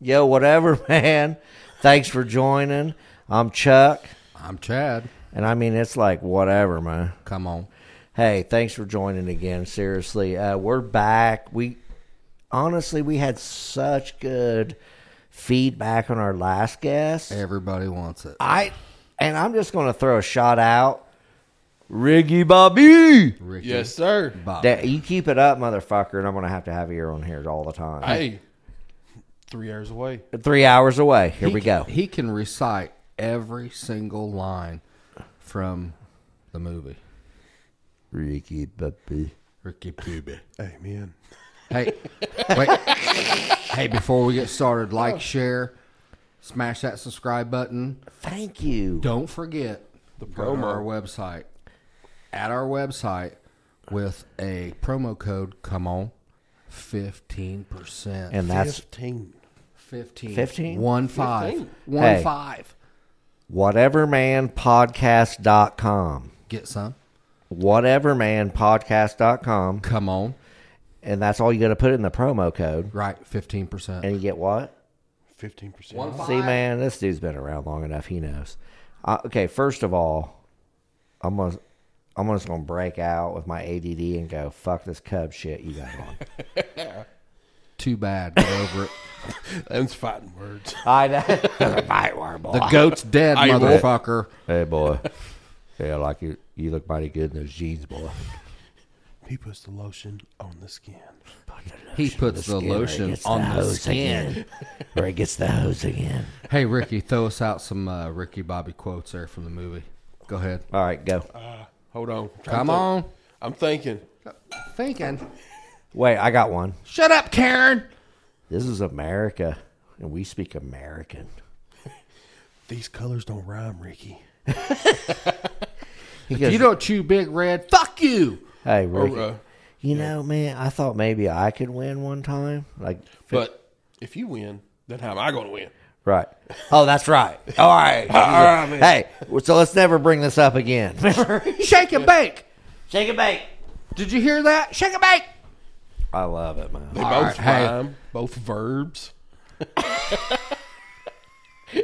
Yo, whatever, man. Thanks for joining. I'm Chuck. I'm Chad. And I mean, it's like, whatever, man. Come on. Hey, thanks for joining again. Seriously, uh, we're back. We honestly, we had such good feedback on our last guest. Everybody wants it. I and I'm just going to throw a shot out, Riggy Bobby. Ricky. Yes, sir. Bob. That you keep it up, motherfucker, and I'm going to have to have you on here all the time. Hey, three hours away. Three hours away. Here He we go. can- He can recite every single line from the movie. Ricky Bobby. Ricky Bobby. Amen. Hey, wait. hey, before we get started, like, share, smash that subscribe button. Thank you. Don't forget the promo. our website. At our website with a promo code. Come on, fifteen percent. And that's Fifteen. 15. 15? One five. 15. One Hey. five. whatevermanpodcast.com. Get some. Whatevermanpodcast.com. Come on. And that's all you got to put in the promo code. Right. 15%. And you get what? Fifteen percent. One See, man, this dude's been around long enough. He knows. Uh, okay, first of all, I'm gonna, I'm just gonna break out with my ADD and go fuck this Cub shit you got on. Too bad. Get over it. Them's fighting words. I know. That's a bite word, boy. The goat's dead, I will. motherfucker. Hey, boy. Yeah, like you, you look mighty good in those jeans, boy. He puts the lotion on the skin. He puts Skin the where it lotion gets on the hose skin. again. where it gets the hose again. Hey, Ricky, throw us out some uh, Ricky Bobby quotes there from the movie. Go ahead. All right, go. Hold on. Come on. I'm thinking. Thinking. Wait, I got one. Shut up, Karen. This is America, and we speak American. These colors don't rhyme, Ricky. He If goes, you don't chew big red, fuck you. hey, Ricky, uh, you know, man, I thought maybe I could win one time. Like, But if you win, then how am I going to win? right. Oh, that's right. Oh, All right. All right hey, so let's never bring this up again. Shake and bake. Shake it bake. Did you hear that? Shake and bake. I love it, man. They All both right, hey. rhyme. Both verbs.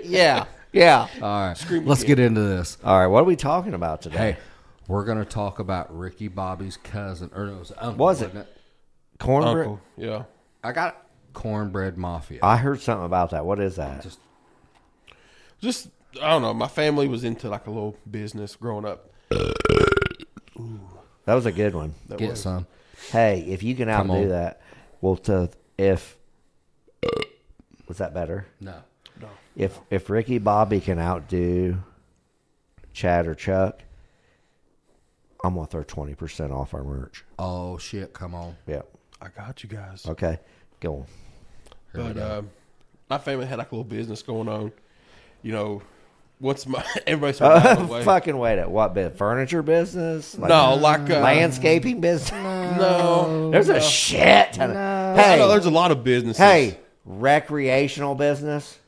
Yeah. Yeah. All right. Let's get into this. All right. What are we talking about today? Hey, we're gonna talk about Ricky Bobby's cousin, or no, it was uncle. Was it? wasn't it? Cornbread. Uncle. Yeah. I got it. cornbread mafia. I heard something about that. What is that? Just- Just I don't know. My family was into like a little business growing up. that was a good one. Get some. Hey, if you can Come outdo on. that, well, to if was that better? No. If if Ricky Bobby can outdo Chad or Chuck, I'm gonna throw twenty percent off our merch. Oh shit! Come on. Yeah. I got you guys. Okay. Go on. Here we But go. uh, my family had like a little business going on. You know, once my everybody's away. Fucking wait at what bit? Furniture business? Like No, like uh, landscaping business? No, There's a shit. ton of- I know Hey, there's a lot of businesses. hey, recreational business.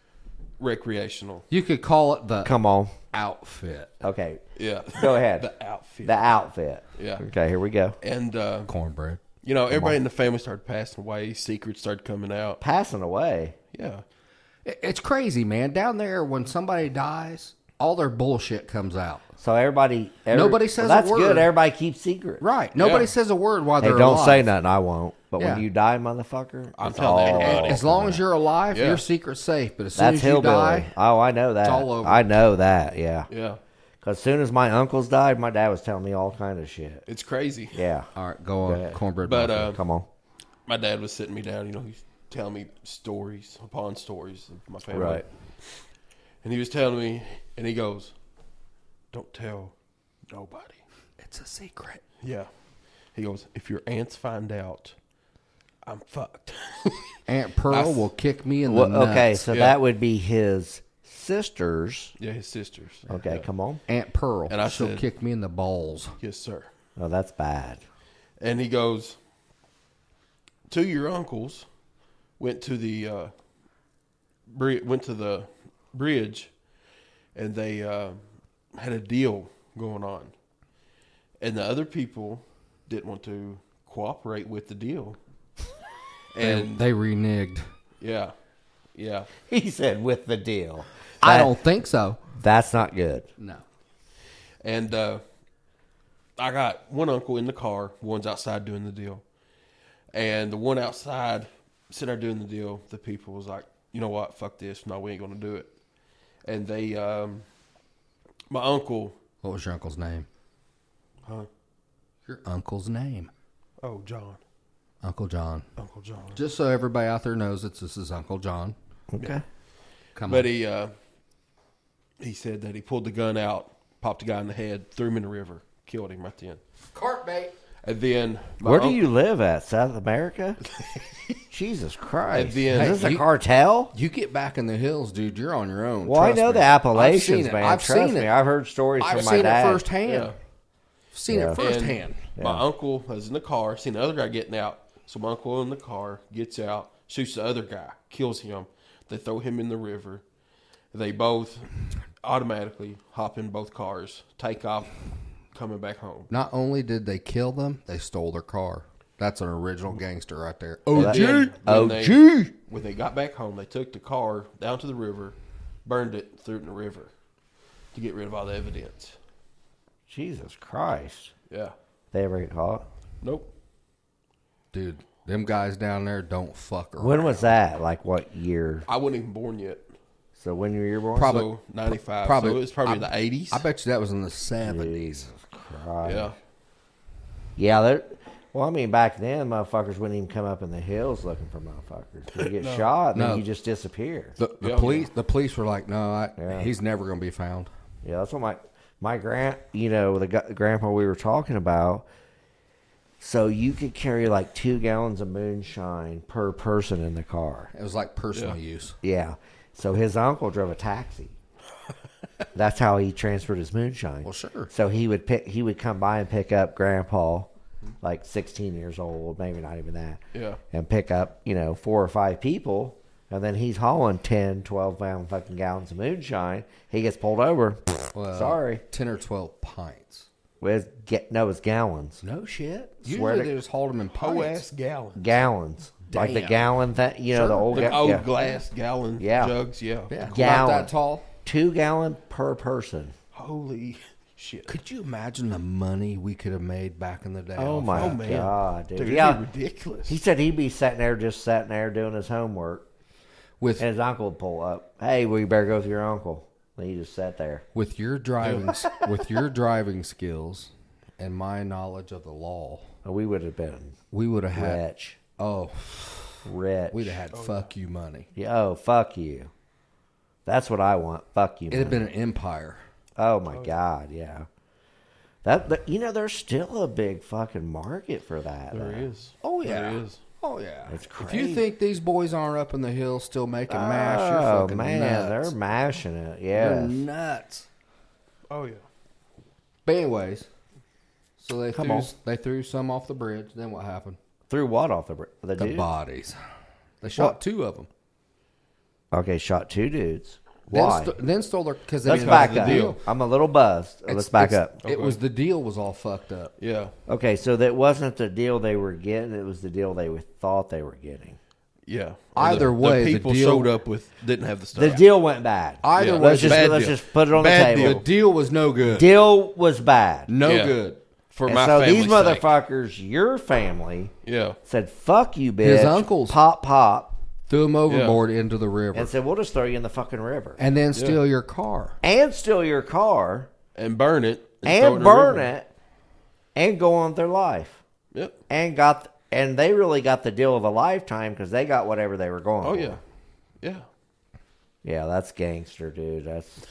recreational. you could call it the Come on. outfit Okay, Yeah, go ahead. the outfit. the outfit. Yeah. Okay, here we go. and uh, cornbread. you know, everybody in the family started passing away. Secrets started coming out. Passing away. Yeah, I- It's crazy, man. Down there, when somebody dies, all their bullshit comes out. So everybody, every- Nobody says well, that's a word. good. Everybody keeps secret. Right. Nobody Yeah. says a word while Hey, they're don't say alive. nothing. I won't. But Yeah. when you die, motherfucker, I'm it's telling all- everybody. As long as you're alive, Yeah. your secret's safe. But as soon that's as you hillbilly. die, oh, I know that. all over. I know that. Yeah. yeah, Because as soon as my uncles died, my dad was telling me all kind of shit. it's crazy. Yeah. all right, go on, cornbread. But mafia. uh, Come on. my dad was sitting me down. You know, he's telling me stories upon stories of my family. Right. And he was telling me, and he goes, "Don't tell nobody." it's a secret. Yeah. He goes, "If your aunts find out, I'm fucked." Aunt Pearl will kick me in the Well, okay, nuts. so Yeah. that would be his sisters. yeah, his sisters. Okay, come on. Aunt Pearl. And I she'll said- kick me in the balls. Yes, sir. Oh, that's bad. and he goes, two of your uncles went to the uh, bri- went to the bridge, and they uh, had a deal going on, and the other people didn't want to cooperate with the deal, And and they reneged. yeah, Yeah. He said, with the deal. I That- don't think so. That's not good. No. And uh, I got one uncle in the car. One's outside doing the deal, and the one outside sitting there doing the deal. The people was like, you know what? Fuck this. No, we ain't gonna do it. And they, um, my uncle, What was your uncle's name? huh? Your uncle's name. Oh, John, Uncle John. Uncle John. Just so everybody out there knows that this is Uncle John. Okay. Come on. But he, uh, he said that he pulled the gun out, popped the guy in the head, threw him in the river, killed him right then. Cart bait. And then, my Where do uncle- you live at? South America? Jesus Christ. At the end- Is this Hey, a you- cartel? You get back in the hills, dude. You're on your own. Well, I Trust know me. the Appalachians, man. I've Trust seen me. it. I've heard stories I've from seen my it dad. firsthand. Yeah. Seen Yeah. it And firsthand. My uncle was in the car, seen the other guy getting out. So my uncle in the car gets out, shoots the other guy, kills him. They throw him in the river. They both automatically hop in both cars, take off, coming back home. Not only did they kill them, they stole their car. That's an original gangster right there. And Oh, then gee. when Oh, they- gee. When they got back home, they took the car down to the river, burned it, threw it in the river to get rid of all the evidence. Jesus Christ. Yeah. They ever get caught? Nope. dude, them guys down there don't fuck around. When was that? Like what year? I wasn't even born yet. So when you were born? Probably- So 95. probably- so it was probably the 80s. I bet you that was in the seventies. Christ. Yeah. Yeah, they're, well, I mean, back then, motherfuckers wouldn't even come up in the hills looking for motherfuckers. You get shot, and No. then you just disappear. The, the Yeah. police, the police were like, "No, I, oh, Yeah. he's never going to be found." Yeah, that's what my my grand, you know, the gu- grandpa we were talking about. So you could carry like two gallons of moonshine per person in the car. It was like personal use. Yeah. So his uncle drove a taxi. That's how he transferred his moonshine. Well, sure. So he would pick. He would come by and pick up grandpa, like sixteen years old, maybe not even that. Yeah. And pick up you know four or five people, and then he's hauling 10, 12 pound fucking gallons of moonshine. He gets pulled over. Well, Sorry. ten or twelve pints. With get no, it's gallons, No shit. Swear Usually to- they just hauled them in Oh, pints. gallon. gallons, like the Damn. gallon thing. You know the Sure. old, The ga- old yeah. glass gallon Yeah. jugs, yeah. Yeah, about Gallon. that tall. two gallon per person. Holy shit. Could you imagine the money we could have made back in the day? Oh off my that? man. god, dude! Dude, it'd yeah, be ridiculous. He said he'd be sitting there, just sitting there doing his homework, With and his uncle would pull up. Hey, well, you better go with your uncle. And he just sat there. with your driving s- with your driving skills and my knowledge of the law, And we would have been we would have had rich, oh, rich. we'd have had fuck you money. Yeah, oh, fuck you. That's what I want. Fuck you. It'd have man. been an empire. oh my god, yeah. That, that you know, there's still a big fucking market for that. There though. is. Oh There yeah. is. Oh yeah. It's If you crazy. think these boys aren't up in the hills still making mash, you're Oh fucking man, nuts. they're mashing it. You're Yeah. nuts. Oh yeah. But anyways, so they Come threw, on. they threw some off the bridge. Then what happened? Threw what off the br- the, The dude? bodies. They shot What? two of them. Okay, shot two dudes. Why? Then, st- then stole their because Let's back up. I'm a little buzzed. Let's back up. It was the deal was all fucked up. Yeah. Okay, so that wasn't the deal they were getting; it was the deal they were, thought they were getting. Yeah. Or Either way, the the people deal- showed up with didn't have the stuff. The deal went bad. Either Yeah. way, let's was a just bad let's deal. just put it on Bad the the table. deal was no good. Deal was bad. no Yeah. good. for And my so family. these motherfuckers, your family, Yeah. said, "Fuck you, bitch." His uncles. pop pop, Threw them overboard into the river, and said, "We'll just throw you in the fucking river and then steal your car. and steal your car And burn it. throw it and in the burn river. it and go on with their life." Yep. And got and they really got the deal of a lifetime because they got whatever they were going. Oh for. yeah. Yeah. yeah, that's gangster, dude. That's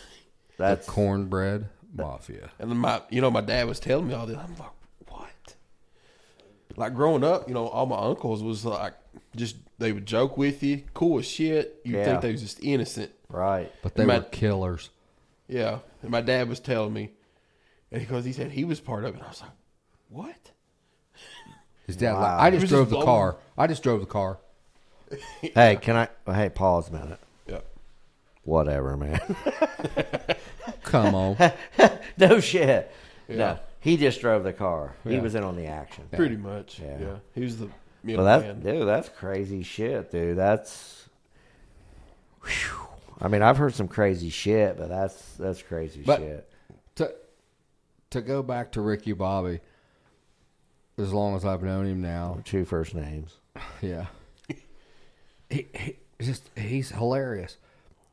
that's Cornbread mafia. And then my, you know, my dad was telling me all this. I'm like, what? Like growing up, you know, all my uncles was like, just they would joke with you, cool as shit. You would Yeah. think they was just innocent. Right. But they Ma- were killers. Yeah. And my dad was telling me, and because he said he was part of it, I was like, what? His dad, like, Wow. I He just was drove just the blowing- car. I just drove the car. Hey, can I? Hey, pause a minute. Yeah. Whatever, man. Come on, no shit. Yeah. No, he just drove the car. He was in on the action. Pretty much. Yeah. Yeah. He was the Well, middle that's man. dude. That's crazy shit, dude. That's I mean, I've heard some crazy shit, but that's that's crazy But- shit. to to go back to Ricky Bobby, as long as I've known him now, Two first names. yeah, he, he just he's hilarious.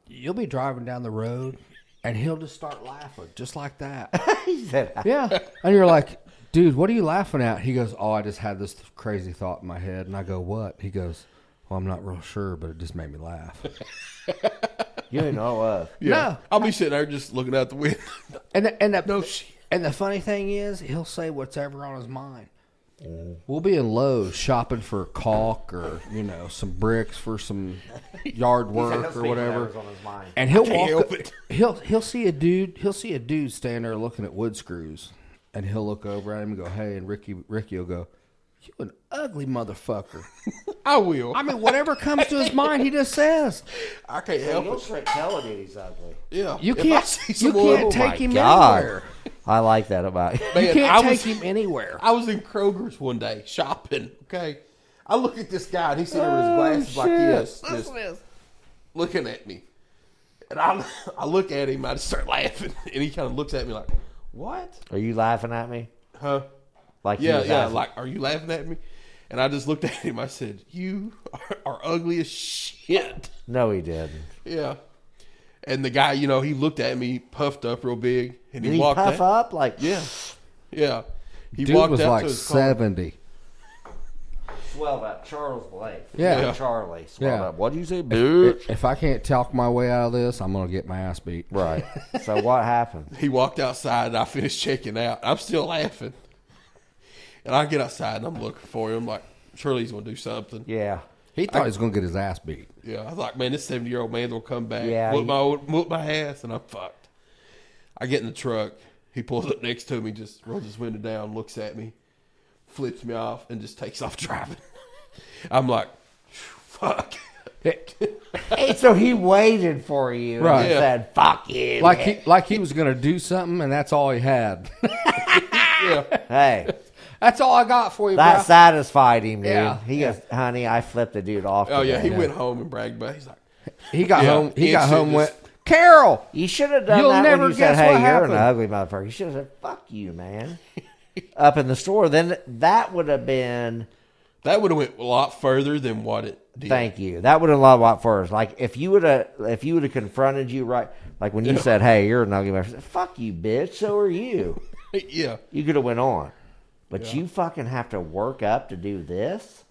You'll be driving down the road, and he'll just start laughing just like that. He said, I- yeah, and you're like, dude, what are you laughing at? He goes, oh, I just had this crazy thought in my head, and I go, what? He goes, well, I'm not real sure, but it just made me laugh. "You ain't know what." No. I'll be sitting there just looking out the window. And the, and the, and the funny thing is, he'll say whatever on his mind. We'll be in Lowe's shopping for caulk or you know some bricks for some yard work or whatever, on his mind. and he'll Can't walk. help it. He'll he'll see a dude. He'll see a dude standing there looking at wood screws, and he'll look over at him and go, "Hey," and Ricky Ricky will go, "You an ugly motherfucker." I will. I I'm, mean, whatever comes to his mind, he just says. I can not help You'll it. straight tell a dude he's ugly. Yeah. You If I can't see you someone- can't Oh my take him God. anywhere. I like that about you. You Man, can't I take was- him anywhere. I was in Kroger's one day shopping. Okay, I look at this guy and he's sitting there with his glasses like this, just looking at me. And I, I look at him, I just start laughing, and he kind of looks at me like, "What? Are you laughing at me? Huh? Like you Yeah, was yeah. laughing- Like, are you laughing at me?" And I just looked at him. I said, "You are, are ugly as shit." No, he didn't. Yeah. And the guy, you know, he looked at me, puffed up real big, and he Did he walked puff out. up? Like Yeah, yeah. He Dude walked was out like to his car. seventy. swell up, Charles Blake. Yeah. Not Charlie. Swell Yeah. up. What do you say, bitch? If I can't talk my way out of this, I'm gonna get my ass beat. right. So what happened? He walked outside and I finished checking out. I'm still laughing. And I get outside and I'm looking for him. Like, surely he's going to do something. Yeah. Yeah. He thought he was gonna get his ass beat. I was like, man, this 70 year old man's going to come back, Yeah, whoop, he- my, old- whoop my ass, and I'm fucked. I get in the truck. He pulls up next to me, just rolls his window down, looks at me, flips me off, and just takes off driving. I'm like, fuck. And so he waited for you Right. and he Yeah. said, fuck you. Like man." he like he was gonna do something, and that's all he had. yeah. hey, that's all I got for you, that bro. satisfied him, dude. Yeah, He yeah. goes, honey, I flipped the dude off. Oh, yeah. today." He went home and bragged about it. He's like, He got Yeah, home. He got instant home. Went just- Carol. You should have done You'll that never when you said, guess "Hey, what you're happened." an ugly motherfucker." You should have said, "Fuck you, man." Up in the store, then that would have been. that would have went a lot further than what it did. Thank you. That would have loved a lot first. Like if you would have, if you would have confronted you right, like when you said, "Hey, you're an ugly motherfucker," fuck you, bitch. So are you. yeah. You could have went on, but you fucking have to work up to do this.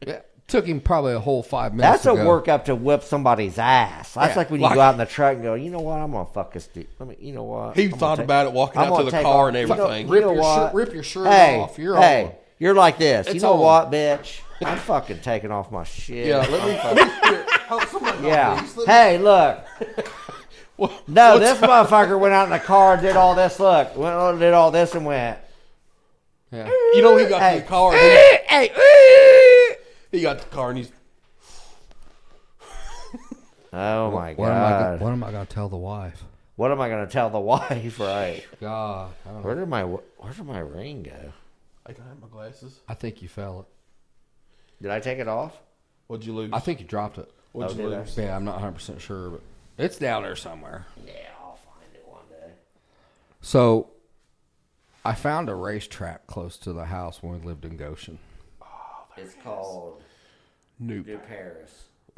It took him probably a whole five minutes. That's a to go. work up to whip somebody's ass. That's Yeah, like when you like- go out in the truck and go, "You know what? I'm gonna fuck this dude." Let me. You know what? He I'm gonna thought take- about it walking I'm out to gonna the take car off- and you know- everything. you Rip know your shirt- what? rip your shirt Hey, off. You're hey, on. you're like this. you It's know on. what, bitch? I'm fucking taking off my shit. Yeah, let me. Let me hear. Hold, somebody got Yeah. these. Let me- Hey, look. What- No, what's this motherfucker went out in the car, did all this. Look, went on, did all this, and went. Yeah. You know, he got Hey. to the car. And Hey. he, he got to the car and he's. Oh my What am I? god. Gonna, what am I gonna tell the wife? What am I gonna tell the wife? Right. God, I, don't know. Where did my Where did my ring go? I can I have my glasses. I think you fell it. Did I take it off? What'd you lose? I think you dropped it. What'd you Oh, did I? lose? Yeah, I'm not 100 percent sure, but it's down there somewhere. Yeah, I'll find it one day. So I found a racetrack close to the house when we lived in Goshen. It's called Nope. New Paris,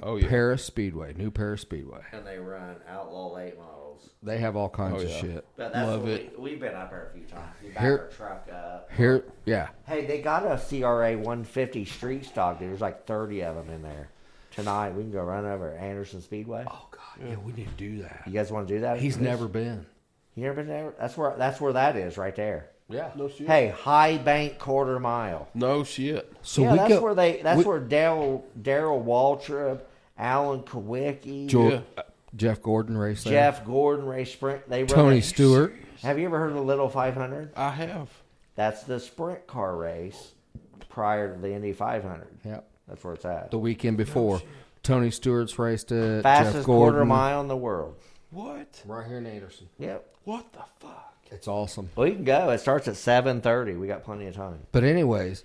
Oh yeah. Paris Speedway, New Paris Speedway. and they run outlaw late models. They have all kinds Oh, of yeah. shit. But that's Love what it. We, we've been up there a few times. We back Here- our truck up. Here, yeah. Hey, they got a CRA 150 street stock. dude. There's like 30 of them in there. Tonight we can go run over at Anderson Speedway. Oh God, yeah. we need to do that. You guys want to do that? He's never been. You never been there? That's where. That's where that is right there. Yeah. No shit. Hey, High Bank quarter mile. No shit. So yeah, we that's go. where they. That's we- where Daryl Daryl Waltrip, Alan Kowicki, Joel- Yeah. uh, Jeff Gordon raced there. Jeff Gordon, Ray Sprint. They run Tony that- Stewart. Have you ever heard of the Little 500? I have. That's the sprint car race prior to the Indy 500. Yep. That's where it's at. The weekend before, Tony Stewart's raced it. Jeff Fastest Gordon. quarter mile in the world. What? Right here in Anderson. Yep. What the fuck? It's awesome. Well, you can go. It starts at 7:30. We got plenty of time. But anyways,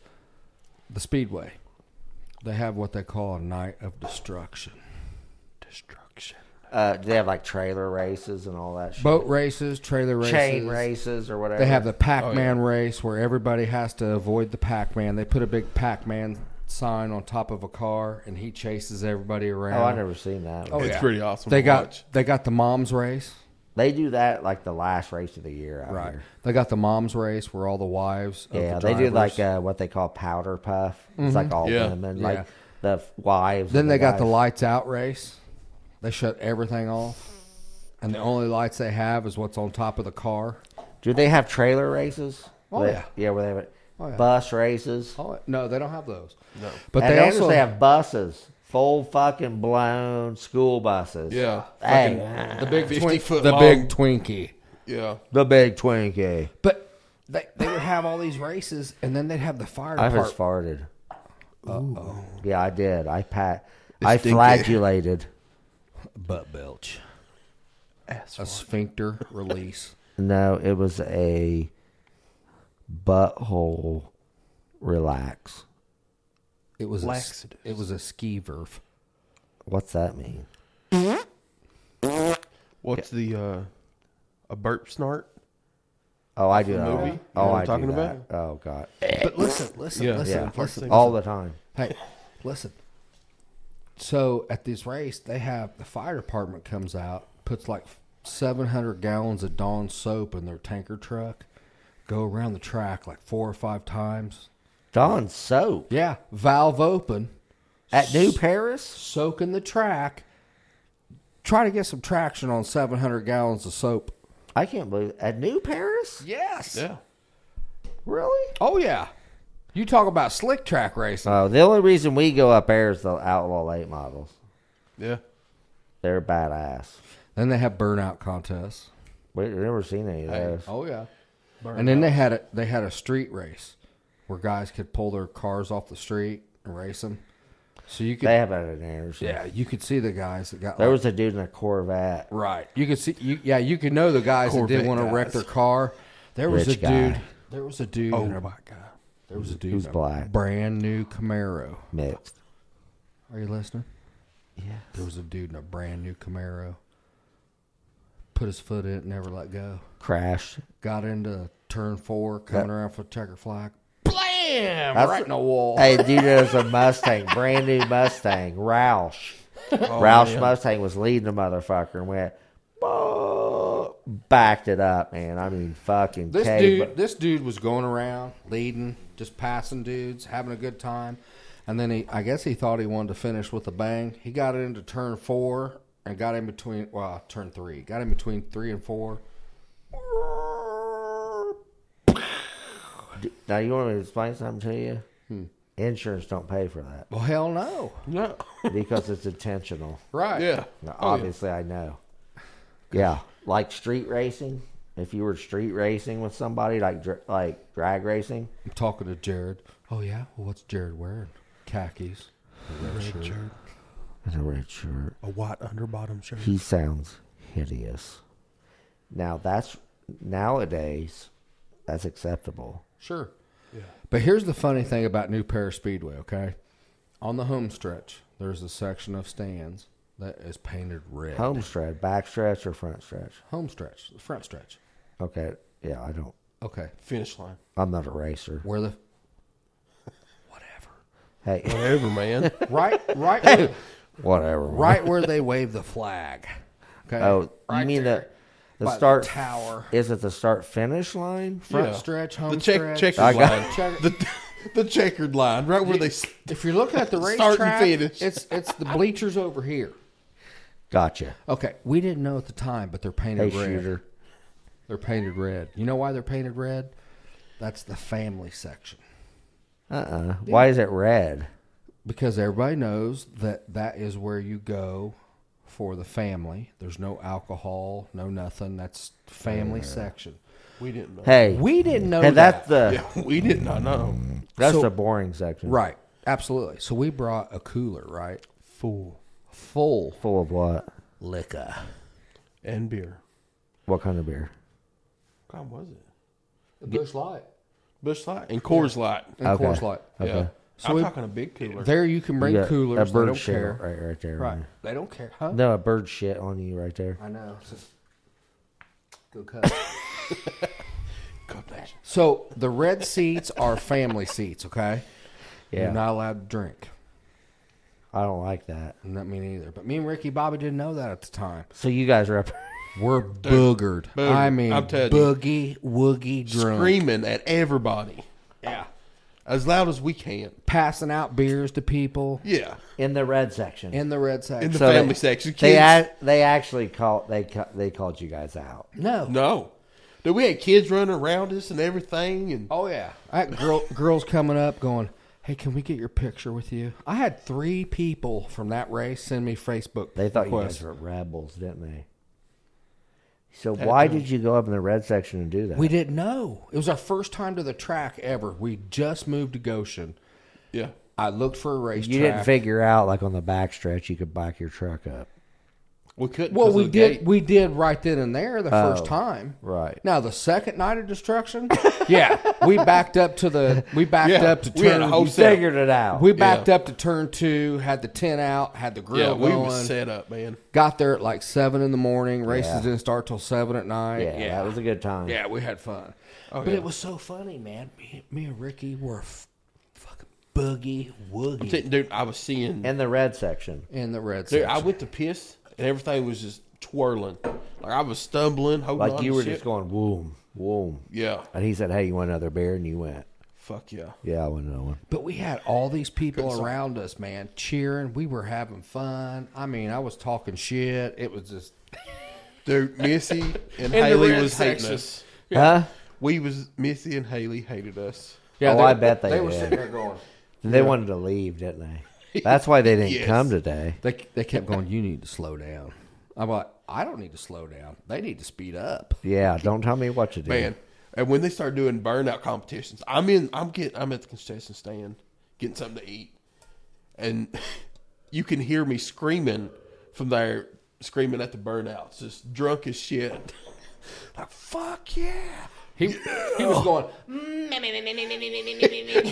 the Speedway, they have what they call a night of destruction. Dude. destruction. Uh, do they have like trailer races and all that shit? Boat races, trailer races, Chain races or whatever. They have the Pac Man race where everybody has to avoid the Pac Man. They put a big Pac Man sign on top of a car and he chases everybody around. Oh, I've never seen that. Oh, one. It's yeah. pretty awesome. They to got watch. they got the moms race. They do that like the last race of the year out Right. here. They got the moms race where all the wives. of Yeah, the they do like drivers- Mm-hmm. uh, what they call powder puff. It's like all Yeah. women, Yeah. like the f- wives. then and they got the wives. lights out race. They shut everything off, and the only lights they have is what's on top of the car. Do they have trailer races? Oh, They- yeah. yeah, where they have it. Oh, yeah. Bus races. Oh no, they don't have those. No. but and they also they have buses, full fucking blown school buses. Yeah. Hey, the big 50 twink- foot the long. big Twinkie. Yeah. the big Twinkie. But they they would have all these races, and then they'd have the fire I department. just farted. Yeah, I did. I pat. It I stinky. flagellated. butt belch, a sphincter release. No, it was a butthole relax. It was a, s- Laxatives. it was a ski verve. What's that mean? What's the uh a burp snart? Oh, I do that. movie? You know Oh, what I I'm do talking that. about? Oh god. But listen, listen, Yeah. listen, Yeah. listen. All the time. Hey, listen. So at this race, they have the fire department comes out, puts like 700 gallons of Dawn soap in their tanker truck, go around the track like four or five times. Dawn soap Yeah, valve open, at New Paris. soaking the track. Try to get some traction on 700 gallons of soap. I can't believe at New Paris. Yes. Yeah. Really? Oh yeah. You talk about slick track racing. Oh, the only reason we go up there is the Outlaw Late models. Yeah. They're badass. Then they have burnout contests. We've never seen any of those. Oh yeah. and then they had a they had a street race where guys could pull their cars off the street and race them. So you could They have it in Anderson. yeah, you could see the guys that got There like- was a dude in a Corvette. right. You could see you yeah, you could know the guys that Corvette didn't want to wreck guys. their car. There was Rich a guy. dude. There was a dude. Oh in a- my god. There was a dude. Who's in a black. Brand new Camaro. Mixed. Are you listening? There Yes. was a dude in a brand new Camaro. Put his foot in it, never let go. Crashed. Got into turn four, coming That- around for checker flag. Blam! That's- right in the wall. Hey, dude, there's a Mustang, brand new Mustang, Roush. Roush Mustang was leading the motherfucker and went, "Bah," backed it up, man. I mean, fucking This cave- dude, this dude was going around leading, just passing dudes, having a good time, and then he, I guess he thought he wanted to finish with a bang. He got into turn four and got in between, well, turn three, got in between three and four. Now, you want me to explain something to you? Insurance don't pay for that Well, hell no, No. because it's intentional. right? yeah. Now, Oh, yeah. obviously, I know. Yeah, like street racing. If you were street racing with somebody, like dr- like drag racing, I'm talking to Jared. Oh yeah, well, what's Jared wearing? Khakis. A red shirt. in a red shirt, A white underbottom shirt. he sounds hideous. Now that's nowadays, that's acceptable. Sure. But here's the funny thing about New Paris Speedway, okay? On the home stretch, there's a section of stands that is painted red. Home stretch, back stretch, or front stretch. Home stretch, the front stretch. Okay, yeah, I don't. Okay. Finish line. I'm not a racer. Where the whatever. Hey, Whatever, man. Right right where, whatever. man. right where they wave the flag. Okay. Oh, right you mean the there. By the the start tower. Is it the start finish line? front Yeah. stretch, home the check stretch. checkered I got- line. Check- the the checkered line, right where they s- If you're looking at the Start and racetrack, finish. it's it's the bleachers over here. Gotcha. Okay, we didn't know at the time, but they're Hey, painted red. shooter. They're painted red. You know why they're painted red? That's the family section. Uh uh Why is it red? Because everybody knows that that is where you go for the family. There's no alcohol, no nothing. That's family section. We didn't know. Hey, We didn't know Hey, that's that. the Yeah, we did not know. that's So- the boring section. Right. Absolutely. So we brought a cooler, right? Fool Full Full of what? liquor. and beer. What kind of beer? God, was it Bush Light. Bush Light and Coors Light? And Okay. Coors Light. Yeah, So I'm we- talking a big cooler. There you can bring You got coolers. A Mm. they bird don't shit care. right, right there. Right. They don't care, huh? No, a bird shit on you right there. I know. Good cut. Cup nation. so the red seats are family seats, okay? Yeah, You're not allowed to drink. I don't like that. Not me neither. But me and Ricky Bobby didn't know that at the time. So you guys are up. We're boogered. boogered. I mean, I'm telling you. boogie woogie drunk, Screaming at everybody yeah, as loud as we can. passing out beers to people Yeah. in the red section. in the red section. In the So family they- section. Kids. they a- they actually called they ca- they called you guys out. no. no. Dude, we had kids running around us and everything. And oh yeah, I had girl, girls coming up going, "Hey, can we get your picture with you?" I had three people from that race send me Facebook. They thought you requests. guys were rebels, didn't they? So why did you go up in the red section and do that? We didn't know. It was our first time to the track ever. We just moved to Goshen. yeah. I looked for a racetrack. you didn't figure out like on the back stretch you could back your truck up. We couldn't. Well, 'cause of we the did. gate. We did right then and there the Oh. first time. right. now, the second night of destruction, yeah, we backed up to the. We backed Yeah, up to turn. we had a whole You figured it out. we backed up to turn two. Had the tent out. Had the grill Yeah, we going. were set up, man. Got there at like seven in the morning. Races Yeah. didn't start till seven at night. yeah, that was a good time. Yeah, we had fun. but Oh, yeah. it was so funny, man. Me, me and Ricky were f- fucking boogie woogie Dude, I was seeing. In the red section. in the red Dude, section. I went to piss and everything was just twirling. Like I was stumbling, holding Like on you to were shit. just going whoom, whoom. Yeah. And he said, Hey, you want another beer? And you went, Fuck yeah. Yeah, I want another one. but we had all these people around us, man, cheering. We were having fun. I mean, I was talking shit. It was just Dude, Missy and the Haley red was hating section. us. Huh? We was Missy and Haley hated us. Oh, I bet they they were did. sitting there going. They wanted to leave, didn't they? That's why they didn't Yes. come today. They they kept going. You need to slow down. I'm like, I don't need to slow down. They need to speed up. Yeah, don't tell me what to do. Man. And when they start doing burnout competitions, I'm in I'm getting I'm at the concession stand getting something to eat. And you can hear me screaming from there screaming at the burnouts, just drunk as shit. like, fuck yeah. He he was going.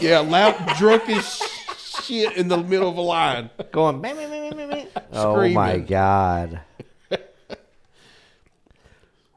Yeah, loud drunk as shit in the middle of a line. Going, "Meh, meh, meh, meh, meh, meh." oh Screaming. my God.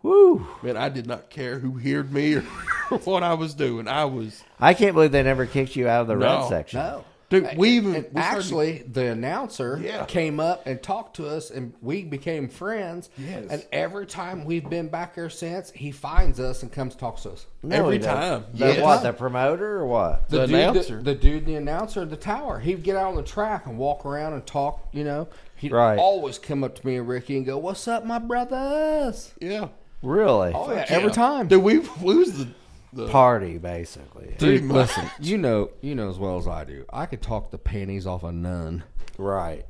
Woo. Man, I did not care who heard me or what I was doing. I was I can't believe they never kicked you out of the No. red section. No, Dude, And- we even- and we started- actually the announcer Yeah. came up and talked to us, and we became friends. Yes. And every time we've been back there since, he finds us and comes talks to us. No, every he doesn't. time. The Yes. what? The promoter or what? The dude, announcer. the, dude, the announcer at the tower, he'd get out on the track and walk around and talk. You know, he'd Right. always come up to me and Ricky and go, "What's up, my brothers?" yeah. Really? Oh yeah, Yeah. every time. Dude, we we was the, the Party, basically. pretty Dude, much. listen, you know, you know as well as I do. I could talk the panties off a nun. Right.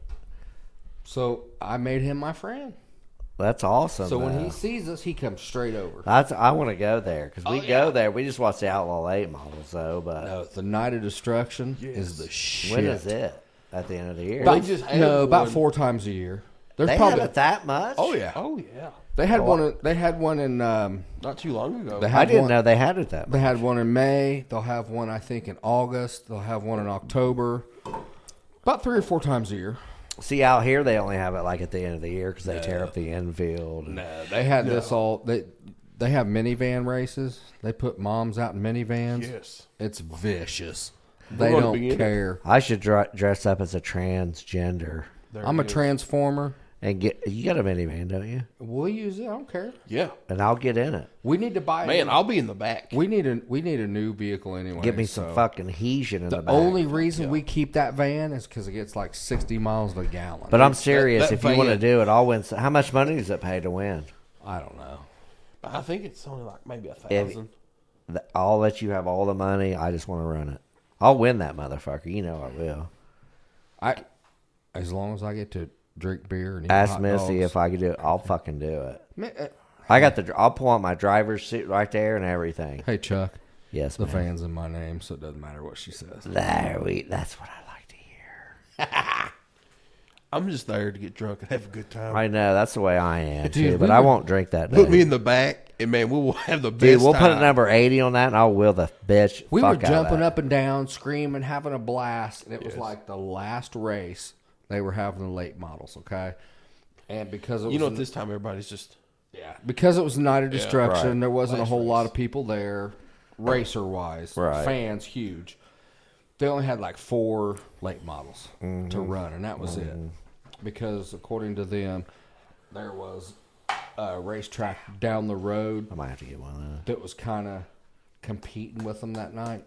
So I made him my friend. That's awesome. So when though. he sees us, he comes straight over. That's I want to go there because we go there. We just watch the Outlaw Eight model, so but Oh, No, Uh, the night of destruction is the shit. when is it? At the end of the year? About, They just had no, about one. four times a year. There's they probably have it that much? oh yeah, Oh yeah. they had one. In, they had one in. Um, Not too long ago. they had I didn't one, know they had it that They much. had one in May. They'll have one, I think, in August. They'll have one in October. About three or four times a year. See, out here they only have it like at the end of the year because they tear up the infield. and- No, they had this all. They they have minivan races. They put moms out in minivans. Yes. it's vicious. They gonna don't be in it. care. I should dr- dress up as a transgender There I'm a it is. transformer. and get. You got a minivan, don't you? We'll use it. I don't care. Yeah. And I'll get in it. We need to buy. Man, I'll be in the back. We need a we need a new vehicle anyway. Get me some so- fucking adhesion in the, back. Only reason we keep that van is because it gets like sixty miles a gallon. But I'm serious. that if you want to van- do it, I'll win. some- How much money does it pay to win? I don't know. I think it's only like maybe a If- thousand. Th- I'll let you have all the money. I just want to run it. I'll win that motherfucker. You know I will. I as long as I get to drink beer and eat Ask hot Missy dogs, if I could do it. I'll fucking do it. Ma- uh, I got the. dr- I'll pull out my driver's suit right there and everything. Hey Chuck, Yes, the ma'am. van's in my name, so it doesn't matter what she says. There we. That's what I like to hear. I'm just there to get drunk and have a good time. I know that's the way I am Dude, too. we But I were- won't drink that. Day. Put me in the back and man, we will have the best. Dude, we'll put a time. number 80 on that, and I'll will the bitch. We fuck were jumping up. up and down, screaming, having a blast, and it was like the last race they were having the late models. Okay, and because it was You know, an- at this time, everybody's just yeah, because it was a night of destruction, right. there wasn't a whole lot of people there, racer wise. Right. Fans huge. They only had like four late models to run, and that was it. Because according to them, there was a racetrack down the road I might have to get one of those. that was kind of competing with them that night.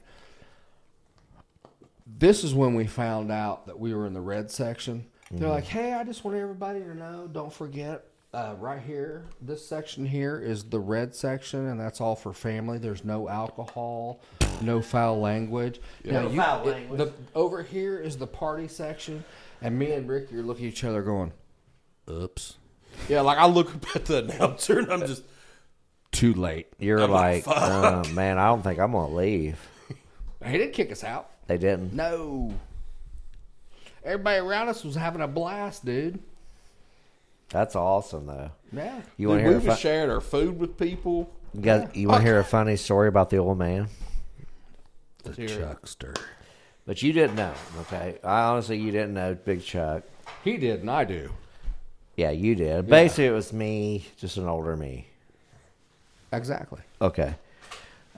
This is when we found out that we were in the red section. Mm-hmm. They're like, hey, I just want everybody to know, don't forget, uh, right here, this section here is the red section, and that's all for family. There's no alcohol, no foul language. Now, you, foul it- language. the, over here is the party section, and me and Ricky are looking at each other going, oops, yeah. Like I look up at the announcer and I'm just too late. You're like, uh, man, I don't think I'm going to leave. He didn't kick us out. They didn't. No. Everybody around us was having a blast, dude. That's awesome, though. Yeah. You dude, want to we hear a were fu- sharing our food with people. you guys, you want to hear a funny story about the old man? The Here. Chuckster. But you didn't know, okay? I honestly, you didn't know Big Chuck. He did, and I do. Yeah, you did. Basically, it was me, just an older me. Exactly. Okay.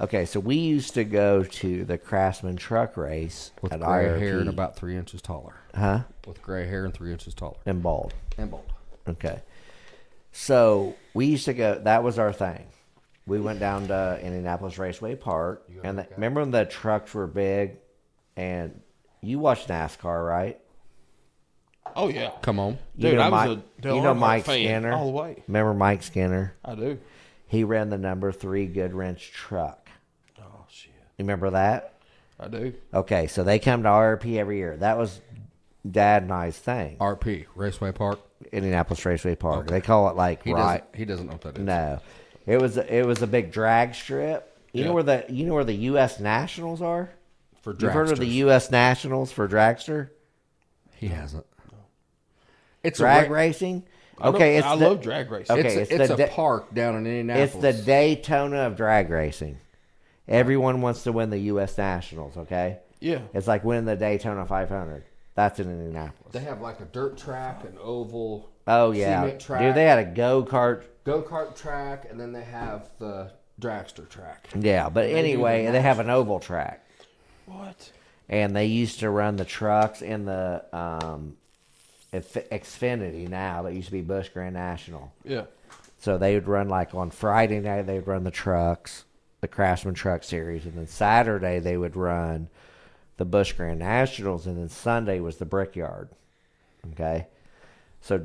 Okay, so we used to go to the Craftsman truck race With at gray IRP. hair and about three inches taller. huh? With gray hair and three inches taller. And bald. And bald. Okay. So we used to go. That was our thing. We went down to Indianapolis Raceway Park, and the, remember when the trucks were big, and you watch NASCAR, right? Oh yeah, Come on. You Dude, know I was Mike, a Dale you know Earnhardt Mike fan Skinner. all the way. Remember Mike Skinner? I do. He ran the number three Goodwrench truck. Oh shit, You Remember that? I do. Okay, so they come to RP every year. That was Dad and I's thing. RP, Raceway Park. Indianapolis Raceway Park. They call it like He right. doesn't he doesn't know what that is. No, it was it was a big drag strip. You know Yeah. where the you know where the U.S. Nationals are. For You've heard of the dragsters. U.S. Nationals for dragster He hasn't. It's drag a ra- racing? I don't- Okay, it's I the, love drag racing. okay, it's It's, a, it's the a da- park down in It's Indianapolis. the Daytona of drag racing. Everyone wants to win the U.S. Nationals. Okay, Yeah, it's like winning the Daytona 500. That's in Indianapolis. They have like a dirt track, an oval. Oh yeah, cement track. dude, they had a go kart. go kart track, and then they have the dragster track. Yeah, but anyway, they have an oval track. what? and they used to run the trucks in the um, Xf- Xfinity now, but it used to be Bush Grand National. Yeah, So they would run like on Friday night, they would run the trucks, the Craftsman Truck Series, and then Saturday they would run the Bush Grand Nationals, and then Sunday was the Brickyard. Okay, so.